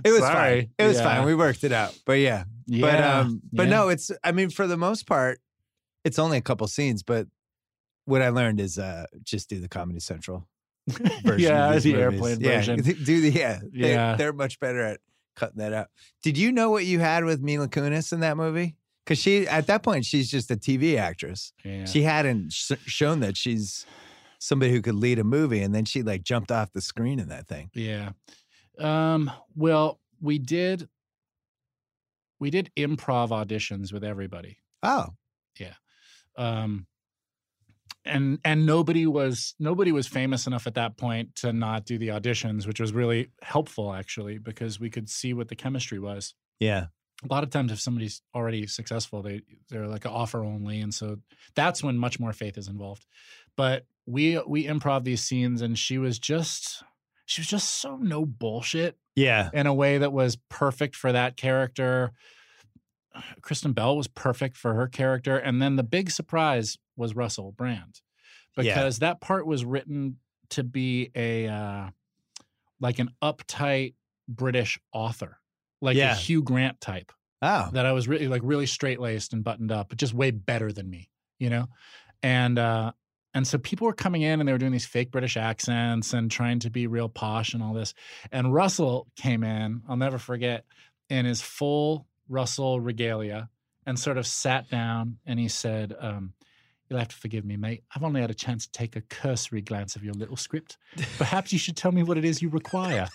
S2: It was fine. It was fine. We worked it out. But yeah. But um, but no, it's. I mean, for the most part, it's only a couple scenes. But what I learned is uh, just do the Comedy Central version.
S3: Yeah,
S2: of these
S3: the
S2: movies.
S3: airplane
S2: yeah,
S3: version.
S2: Do the yeah. They,
S3: Yeah.
S2: they're much better at cutting that out. Did you know what you had with Mila Kunis in that movie? Because she, at that point, she's just a TV actress.
S3: yeah.
S2: She hadn't sh- shown that she's somebody who could lead a movie, and then she like jumped off the screen in that thing.
S3: yeah. Um, well, we did we did improv auditions with everybody.
S2: Oh,
S3: Um and and nobody was nobody was famous enough at that point to not do the auditions, which was really helpful actually because we could see what the chemistry was.
S2: yeah,
S3: a lot of times if somebody's already successful they they're like an offer only and so that's when much more faith is involved but we we improv these scenes and she was just she was just so no bullshit
S2: yeah.
S3: in a way that was perfect for that character Kristen Bell was perfect for her character, and then the big surprise was Russell Brand
S2: Yeah.
S3: because that part was written to be a uh, like an uptight British author, like
S2: Yeah.
S3: a Hugh Grant type
S2: Oh,
S3: that I was really like really straight laced and buttoned up, but just way better than me, you know? And uh and so people were coming in and they were doing these fake British accents and trying to be real posh and all this. And Russell came in, I'll never forget, in his full Russell regalia and sort of sat down and he said, um, You'll have to forgive me, mate. I've only had a chance to take a cursory glance of your little script. Perhaps you should tell me what it is you require.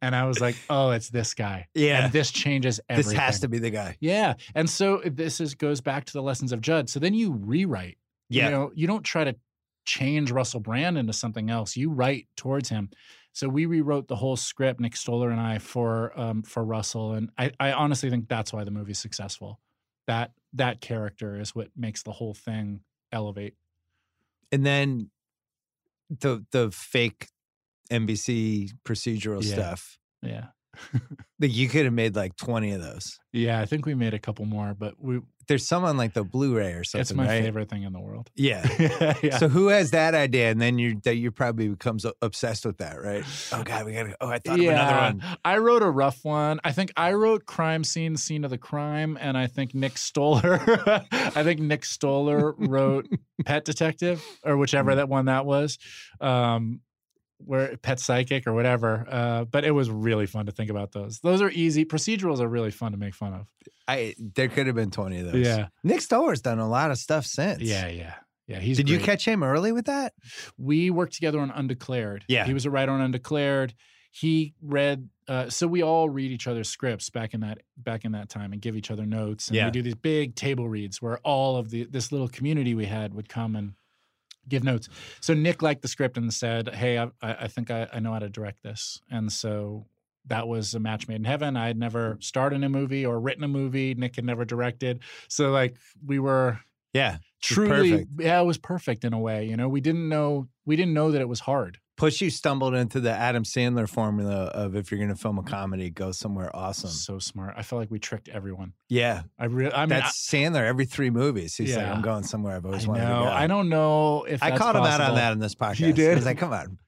S3: and I was like, Oh, it's this guy.
S2: yeah.
S3: And this changes
S2: This
S3: everything.
S2: has to be the guy.
S3: Yeah. And so eh, this is goes back to the lessons of Judd. So then you rewrite.
S2: Yeah.
S3: You know, you don't try to change Russell Brand into something else. You write towards him. So we rewrote the whole script, Nick Stoller and I, for um, for Russell. And I, I honestly think that's why the movie's successful. That that character is what makes the whole thing elevate.
S2: and then the the fake NBC procedural
S3: Yeah.
S2: stuff.
S3: Yeah.
S2: Like you could have made like twenty of those.
S3: Yeah, I think we made a couple more, but we
S2: There's some on like the Blu-ray or something.
S3: it's my
S2: right?
S3: favorite thing in the world.
S2: Yeah.
S3: yeah.
S2: So who has that idea? And then you that you probably becomes o- obsessed with that, right? Oh God, we gotta. Oh, I thought of another one.
S3: I wrote a rough one. I think I wrote crime scene, scene of the crime, and I think Nick Stoller. I think Nick Stoller wrote Pet Detective or
S2: Hmm.
S3: whichever that one that was, um, where Pet Psychic or whatever. Uh, but it was really fun to think about those. Those are easy. Procedurals are really fun to make fun of.
S2: I there could have been twenty of those.
S3: Yeah,
S2: Nick Stoller's done a lot of stuff since.
S3: yeah, yeah, yeah. He's
S2: Did you
S3: great.
S2: catch him early with that?
S3: we worked together on Undeclared.
S2: Yeah.
S3: He was a writer on Undeclared. He read uh, so we all read each other's scripts back in that back in that time and give each other notes. And
S2: Yeah.
S3: we do these big table reads where all of the this little community we had would come and give notes. So Nick liked the script and said, Hey, I, I I think I, I know how to direct this. And so that was a match made in heaven. I had never starred in a movie or written a movie. Nick had never directed. So like we were
S2: Yeah. was
S3: truly
S2: perfect.
S3: yeah it was perfect in a way you know we didn't know we didn't know that it was hard
S2: Plus, you stumbled into the Adam Sandler formula of if you're going to film a comedy, go somewhere awesome.
S3: so smart i felt like we tricked everyone
S2: Yeah,
S3: i really i mean
S2: That's Sandler every three movies. He's like,
S3: Yeah.
S2: I'm going somewhere I've
S3: I,
S2: always
S3: I
S2: wanted
S3: know
S2: to go.
S3: i don't know if
S2: I
S3: that's
S2: called him out on
S3: possible.
S2: that in this podcast. I
S3: did?
S2: was like, come on.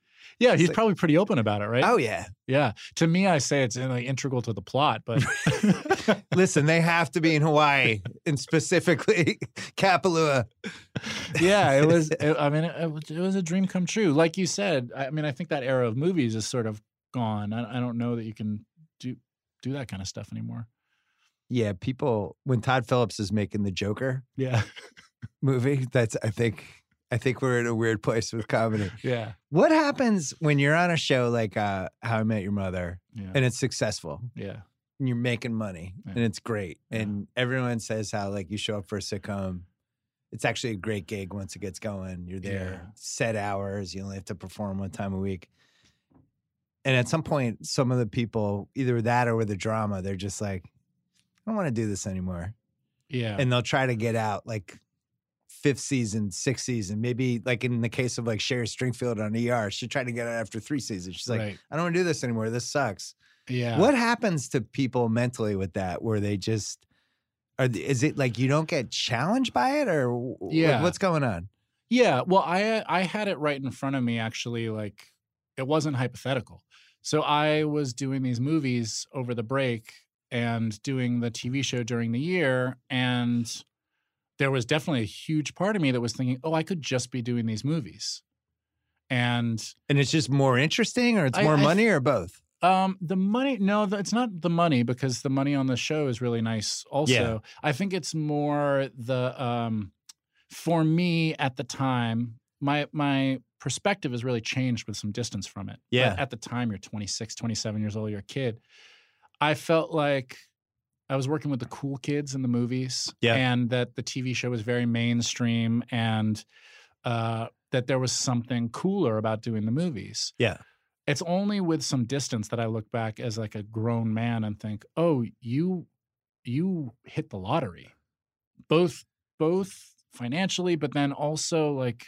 S3: yeah
S2: It's
S3: he's
S2: like-
S3: probably pretty open about it right
S2: Oh, yeah.
S3: yeah to me i say it's uh, like integral to the plot but
S2: Listen, they have to be in Hawaii and specifically Kapalua.
S3: yeah it was it, i mean it, it was- it was a dream come true like you said i I mean i think that era of movies is sort of gone i, I don't know that you can do do that kind of stuff anymore
S2: Yeah, people, when Todd Phillips is making the Joker
S3: yeah
S2: movie, that's, I think, I think we're in a weird place with comedy.
S3: yeah
S2: What happens when you're on a show like uh, How I Met Your Mother
S3: yeah
S2: and it's successful?
S3: yeah
S2: and you're making money
S3: Yeah.
S2: and it's great.
S3: Yeah.
S2: And everyone says how like you show up for a sitcom. It's actually a great gig once it gets going. You're there
S3: Yeah.
S2: set hours. You only have to perform one time a week. And at some point, some of the people, either that or with the drama, they're just like, I don't want to do this anymore.
S3: yeah
S2: And they'll try to get out like fifth season, sixth season, maybe like in the case of like Sherry Stringfield on ER, she tried to get out after three seasons. She's like,
S3: right
S2: I don't want to do this anymore. This sucks.
S3: yeah
S2: What happens to people mentally with that? Where they just are? th- Is it like you don't get challenged by it, or w- like,
S3: Yeah.
S2: what's going on?
S3: Yeah, well, I I had it right in front of me actually. Like it wasn't hypothetical. So I was doing these movies over the break and doing the TV show during the year, and there was definitely a huge part of me that was thinking, "Oh, I could just be doing these movies." And
S2: And it's just more interesting, or it's
S3: I-
S2: more
S3: I
S2: money, or both.
S3: um, the money, no, th- it's not the money because the money on the show is really nice. Also, I think it's more the um, for me at the time, my my perspective has really changed with some distance from it. But
S2: Yeah.
S3: at the time, you're 26, 27 years old, you're a kid. I felt like I was working with the cool kids in the movies,
S2: Yeah.
S3: and that the TV show was very mainstream, and uh, that there was something cooler about doing the movies.
S2: Yeah.
S3: It's only with some distance that I look back as like a grown man and think, "Oh, you you hit the lottery." Both both financially, but then also like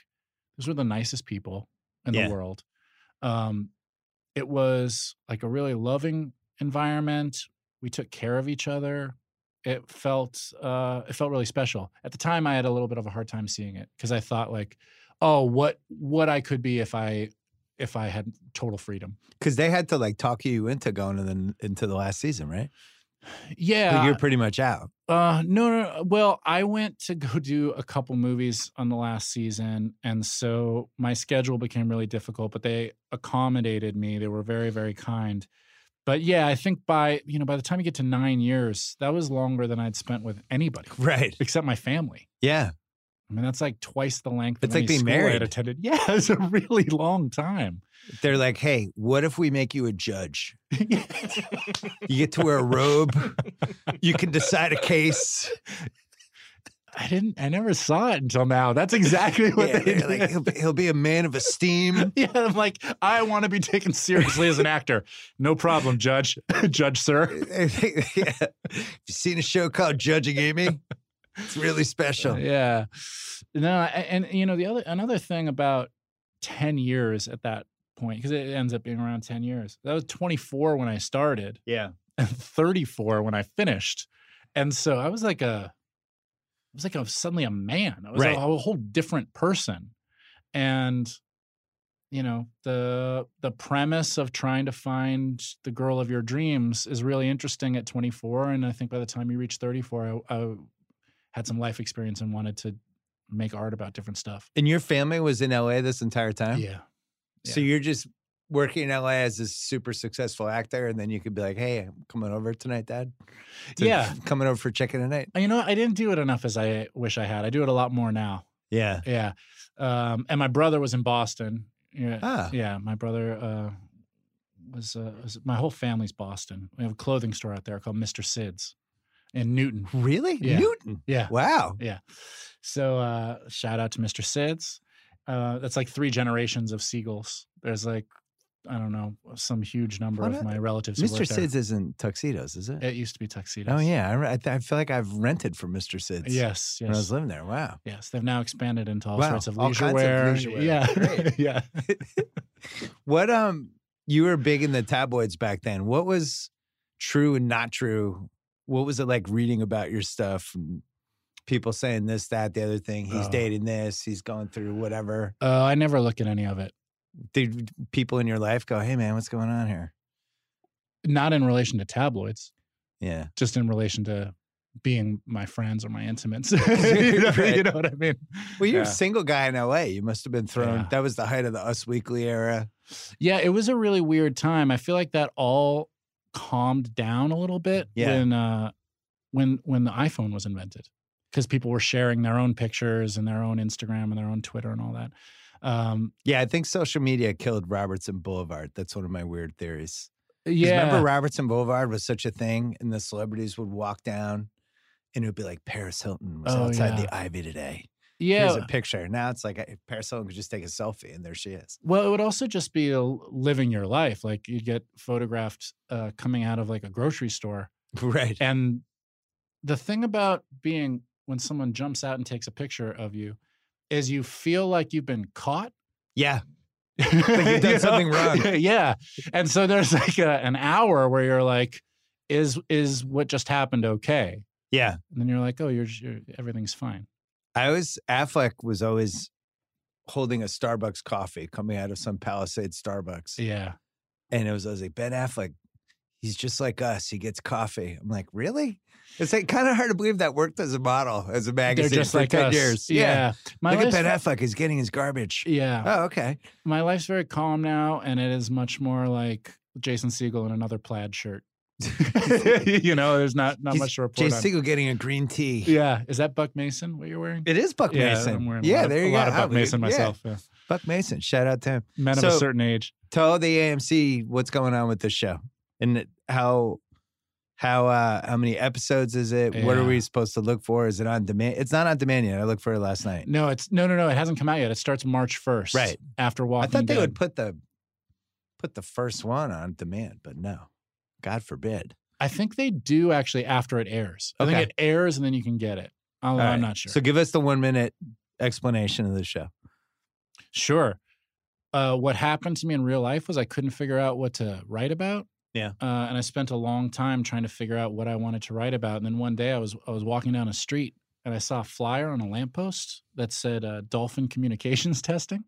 S3: those were the nicest people in
S2: Yeah.
S3: the world. Um it was like a really loving environment. We took care of each other. it felt uh, it felt really special. At the time, I had a little bit of a hard time seeing it because I thought like, oh, what what I could be if I if I had total freedom.
S2: Because they had to like talk you into going to the, into the last season, right? Like,
S3: Yeah,
S2: you're pretty much out.
S3: Uh, no, no, no. Well, I went to go do a couple movies on the last season, and so my schedule became really difficult. But they accommodated me; they were very, very kind. But yeah, I think by you know by the time you get to nine years, that was longer than I'd spent with anybody
S2: Right.
S3: except my family.
S2: Yeah.
S3: I mean, that's like twice the length.
S2: It's
S3: of
S2: like
S3: any
S2: being
S3: school I had
S2: married.
S3: attended. Yeah, it's a really long time.
S2: They're like, hey, what if we make you a judge? You get to wear a robe. you can decide a case.
S3: I didn't. I never saw it until now. That's exactly what
S2: Yeah,
S3: they
S2: they're
S3: did.
S2: like, he'll, be, he'll be a man of esteem.
S3: Yeah, I'm like, I want to be taken seriously as an actor. No problem, Judge. judge, sir.
S2: yeah. Have you seen a show called Judging Amy? It's really special.
S3: Yeah. No, a- and, and you know, the other another thing about 10 years at that point, because it ends up being around 10 years. That was 24 when I started,
S2: Yeah.
S3: and 34 when I finished. And so I was like a I was like a suddenly a man. I was
S2: Right.
S3: a, a whole different person. And you know, the the premise of trying to find the girl of your dreams is really interesting at 24 and I think by the time you reach 34 I, I had some life experience and wanted to make art about different stuff.
S2: And your family was in LA this entire time?
S3: Yeah.
S2: So you're just working in LA as this super successful actor, and then you could be like, "Hey, I'm coming over tonight, Dad." To-
S3: Yeah.
S2: coming over for chicken tonight.
S3: You know, I didn't do it enough as I wish I had. I do it a lot more now.
S2: Yeah.
S3: Yeah. Um, and my brother was in Boston. Yeah.
S2: Ah.
S3: Yeah. My brother uh, was, uh, was, my whole family's Boston. We have a clothing store out there called Mr. Sid's in Newton.
S2: Really?
S3: Yeah. Mm.
S2: Newton.
S3: Yeah.
S2: Wow.
S3: Yeah. So uh, shout out to Mr. Sid's. Uh, that's like three generations of seagulls. There's like, I don't know, some huge number
S2: What
S3: of
S2: a-
S3: my relatives. who
S2: Mr.
S3: work there.
S2: Sids isn't tuxedos, is it?
S3: It used to be tuxedos.
S2: oh yeah, I, re- I, th- I feel like I've rented from Mr. Sids.
S3: Yes.
S2: When I was
S3: Yes.
S2: living there. Wow.
S3: Yes. They've now expanded into all
S2: Wow,
S3: sorts of
S2: all
S3: leisure
S2: kinds of
S3: wear.
S2: leisure wear.
S3: Yeah.
S2: Great.
S3: yeah.
S2: What um, you were big in the tabloids back then. What was true and not true? What was it like reading about your stuff? And people saying this, that, the other thing. He's
S3: Oh.
S2: dating this. He's going through whatever.
S3: Uh, I never look at any of it.
S2: did people in your life go, "Hey, man, what's going on here?"
S3: Not in relation to tabloids.
S2: Yeah,
S3: just in relation to being my friends or my intimates. you, know,
S2: Right.
S3: you know what I mean?
S2: well, you're
S3: yeah.
S2: a single guy in LA. You must have been thrown.
S3: Yeah.
S2: That was the height of the Us Weekly era.
S3: yeah, it was a really weird time. I feel like that all calmed down a little bit
S2: Yeah.
S3: when uh, when when the iPhone was invented, because people were sharing their own pictures and their own Instagram and their own Twitter and all that. Um,
S2: Yeah, I think social media killed Robertson Boulevard. That's one of my weird theories. 'Cause
S3: yeah,
S2: remember Robertson Boulevard was such a thing, and the celebrities would walk down, and it would be like Paris Hilton was
S3: Oh,
S2: outside
S3: yeah.
S2: the Ivy today.
S3: yeah.
S2: Here's a picture. Now it's like I- Paris Hilton could just take a selfie, and there she is.
S3: Well, it would also just be a l- living your life. Like you'd get photographed uh, coming out of like a grocery store
S2: Right.
S3: And the thing about being when someone jumps out and takes a picture of you is you feel like you've been caught.
S2: Yeah.
S3: like
S2: you've done something wrong.
S3: Yeah. And so there's like a, an hour where you're like, is is what just happened okay?
S2: Yeah.
S3: And then you're like, oh, you're, j- you're everything's fine.
S2: I was Affleck was always holding a Starbucks coffee coming out of some Palisade Starbucks.
S3: Yeah.
S2: And it was, I was like, Ben Affleck, he's just like us. He gets coffee. I'm like, really? It's like kind of hard to believe that worked as a model, as a magazine
S3: They're just
S2: for
S3: like
S2: 10
S3: us.
S2: years.
S3: Yeah. My
S2: Look at
S3: life's-
S2: Ben Affleck. He's getting his garbage.
S3: Yeah.
S2: Oh, okay.
S3: My life's very calm now, and it is much more like Jason Siegel in another plaid shirt. you know, there's not not
S2: He's-
S3: much to report
S2: Jay
S3: on.
S2: Siegel getting a green tea.
S3: Yeah. Is that Buck Mason what you're wearing?
S2: It is Buck
S3: yeah,
S2: Mason.
S3: I'm wearing a
S2: yeah,
S3: lot of-
S2: there
S3: a
S2: you
S3: lot
S2: go.
S3: of Buck
S2: How-
S3: Mason
S2: yeah,
S3: myself. yeah.
S2: Buck Mason. Shout out to him.
S3: Men of
S2: So-
S3: a certain age.
S2: tell the AMC what's going on with this show and how how uh how many episodes is it? What are
S3: Yeah.
S2: we supposed to look for? Is it on demand? It's not on demand yet. I looked for it last night.
S3: No, it's no, no, no. It hasn't come out yet. It starts March first.
S2: Right.
S3: after
S2: I
S3: Walking
S2: thought they would
S3: Dead.
S2: put the put the first one on demand, but no. God forbid.
S3: I think they do actually after it airs. I
S2: Okay.
S3: think it airs and then you can get it. Although
S2: All right.
S3: I'm not sure.
S2: So give us the one minute explanation of the show.
S3: sure. Uh, what happened to me in real life was I couldn't figure out what to write about.
S2: Yeah.
S3: Uh, and I spent a long time trying to figure out what I wanted to write about. And then one day I was I was walking down a street and I saw a flyer on a lamppost that said uh, Dolphin Communications Testing,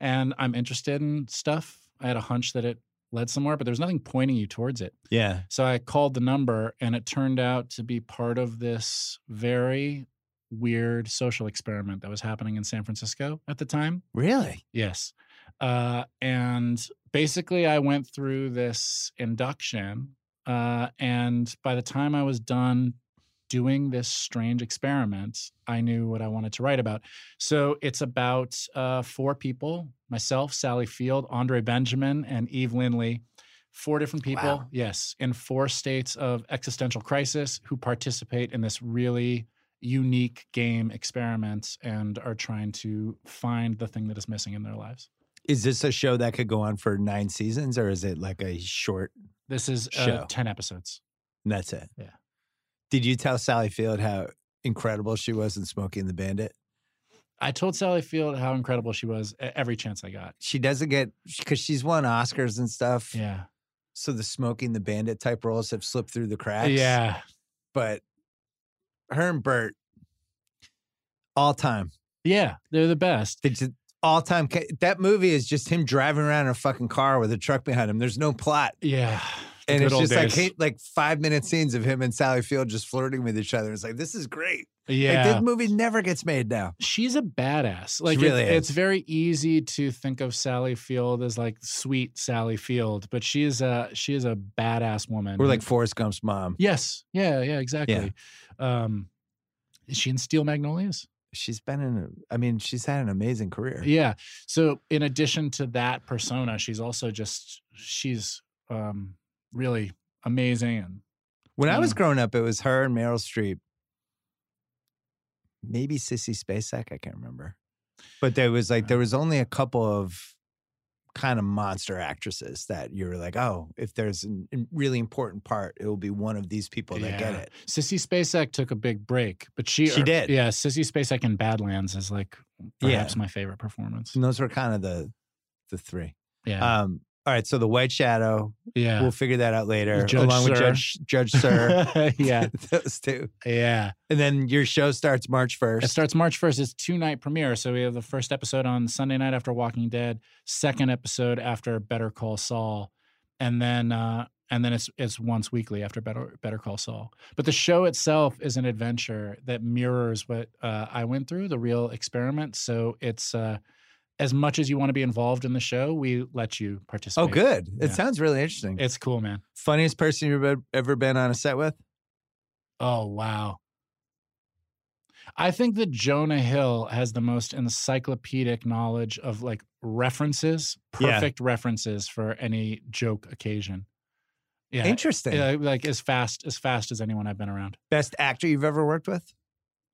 S3: and I'm interested in stuff. I had a hunch that it led somewhere, but there was nothing pointing you towards it.
S2: Yeah.
S3: So I called the number, and it turned out to be part of this very weird social experiment that was happening in San Francisco at the time.
S2: Really?
S3: Yes. Uh, and basically, I went through this induction. Uh, and by the time I was done doing this strange experiment, I knew what I wanted to write about. So it's about uh, four people myself, Sally Field, Andre Benjamin, and Eve Linley. Four different people,
S2: Wow.
S3: yes, in four states of existential crisis who participate in this really unique game experiment and are trying to find the thing that is missing in their lives.
S2: Is this a show that could go on for nine seasons or is it like a short
S3: This is
S2: Show.
S3: uh, 10 episodes.
S2: and that's it?
S3: Yeah.
S2: Did you tell Sally Field how incredible she was in Smoking the Bandit?
S3: I told Sally Field how incredible she was e- every chance I got.
S2: She doesn't get because she's won Oscars and stuff.
S3: Yeah.
S2: So the Smoking the Bandit type roles have slipped through the cracks.
S3: Yeah.
S2: But her and Bert, all time.
S3: Yeah. They're the best.
S2: They just- all time. ca- That movie is just him driving around in a fucking car with a truck behind him. There's no plot.
S3: Yeah. The
S2: And
S3: good
S2: it's
S3: old
S2: just like
S3: days.
S2: hey, like five minute scenes of him and Sally Field just flirting with each other. It's like this is great.
S3: yeah.
S2: Like this movie never gets made now.
S3: She's a badass. Like
S2: really
S3: it's, it's
S2: is.
S3: very easy to think of Sally Field as like sweet Sally Field, but she is a she is a badass woman.
S2: We're like Forrest Gump's mom.
S3: Yes. Yeah, yeah, exactly. Um is she in Steel Magnolias?
S2: She's been in. A, I mean, she's had an amazing career.
S3: Yeah. So in addition to that persona, she's also just she's um really amazing and
S2: When I was
S3: Yeah.
S2: growing up, it was her and Meryl Streep. Maybe Sissy Spacek. I can't remember. But there was like there was only a couple of kind of monster actresses that you were like, oh, if there's a really important part, it will be one of these people that get
S3: Yeah.
S2: it.
S3: Sissy Spacek took a big break, but she
S2: She
S3: or-
S2: did.
S3: Yeah, Sissy Spacek in Badlands is like
S2: Yeah. Mm,
S3: perhaps my favorite performance.
S2: And those were kind of the the three.
S3: Yeah.
S2: Um, all right, so the White Shadow,
S3: yeah.
S2: we'll figure that out later,
S3: Judge
S2: along with
S3: Sir.
S2: Judge Judge Sir.
S3: yeah.
S2: those two,
S3: Yeah.
S2: and then your show starts March
S3: It
S2: first.
S3: starts March 1st. It's two night premiere. So we have the first episode on Sunday night after Walking Dead, second episode after Better Call Saul, and then uh and then it's it's once weekly after Better Better Call Saul. But the show itself is an adventure that mirrors what uh, I went through, the real experiment. So it's uh as much as you want to be involved in the show, we let you participate.
S2: Oh, good. It
S3: Yeah.
S2: sounds really interesting.
S3: It's cool, man.
S2: Funniest person you've ev- ever been on a set with?
S3: Oh, wow. I think that Jonah Hill has the most encyclopedic knowledge of like references,
S2: Yeah.
S3: perfect references for any joke occasion. Yeah.
S2: Interesting.
S3: yeah, like as fast as fast as anyone I've been around.
S2: Best actor you've ever worked with?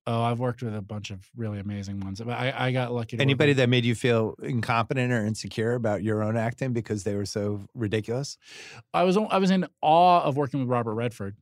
S3: Oh, I've worked with a bunch of really amazing ones. But I, I got lucky. To work
S2: Anybody
S3: with-
S2: that made you feel incompetent or insecure about your own acting because they were so ridiculous?
S3: I was I was in awe of working with Robert Redford.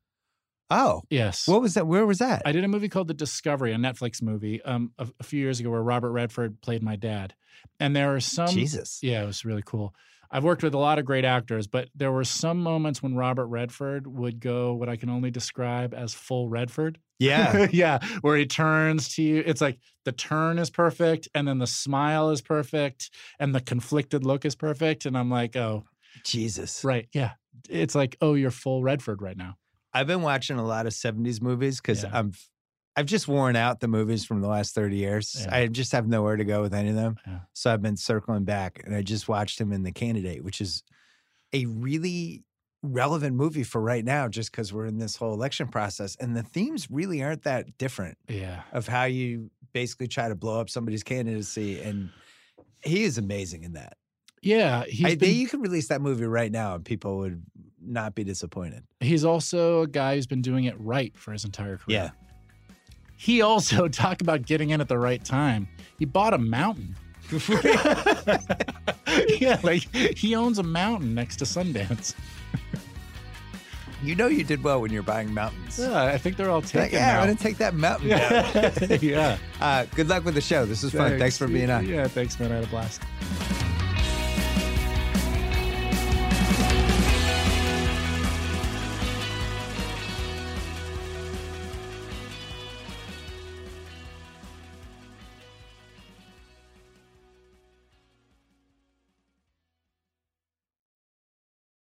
S2: Oh,
S3: Yes.
S2: what was that? Where was that?
S3: I did a movie called The Discovery, a Netflix movie, um, a, a few years ago, where Robert Redford played my dad, and there are some
S2: Jesus.
S3: Yeah, it was really cool. I've worked with a lot of great actors, but there were some moments when Robert Redford would go what I can only describe as full Redford.
S2: Yeah.
S3: yeah, where he turns to you. It's like the turn is perfect, and then the smile is perfect, and the conflicted look is perfect. And I'm like, oh,
S2: Jesus.
S3: right. Yeah. It's like, oh, you're full Redford right now.
S2: I've been watching a lot of 70s movies because
S3: Yeah.
S2: I'm I've just worn out the movies from the last 30 years.
S3: Yeah.
S2: I just have nowhere to go with any of them.
S3: Yeah.
S2: So I've been circling back and I just watched him in The Candidate, which is a really relevant movie for right now just because we're in this whole election process and the themes really aren't that different
S3: Yeah.
S2: of how you basically try to blow up somebody's candidacy and he is amazing in that.
S3: Yeah. He's
S2: I,
S3: been-
S2: think you could release that movie right now and people would not be disappointed.
S3: He's also a guy who's been doing it right for his entire career. He also talk about getting in at the right time. He bought a mountain. yeah, like he owns a mountain next to Sundance.
S2: You know you did well when you're buying mountains.
S3: Yeah, I think they're all
S2: Be like,
S3: taken
S2: yeah, I'm
S3: now.
S2: gonna take that mountain down.
S3: yeah.
S2: uh, good luck with the show. This was fun. Thanks for being on.
S3: Yeah, thanks, man. I had a blast.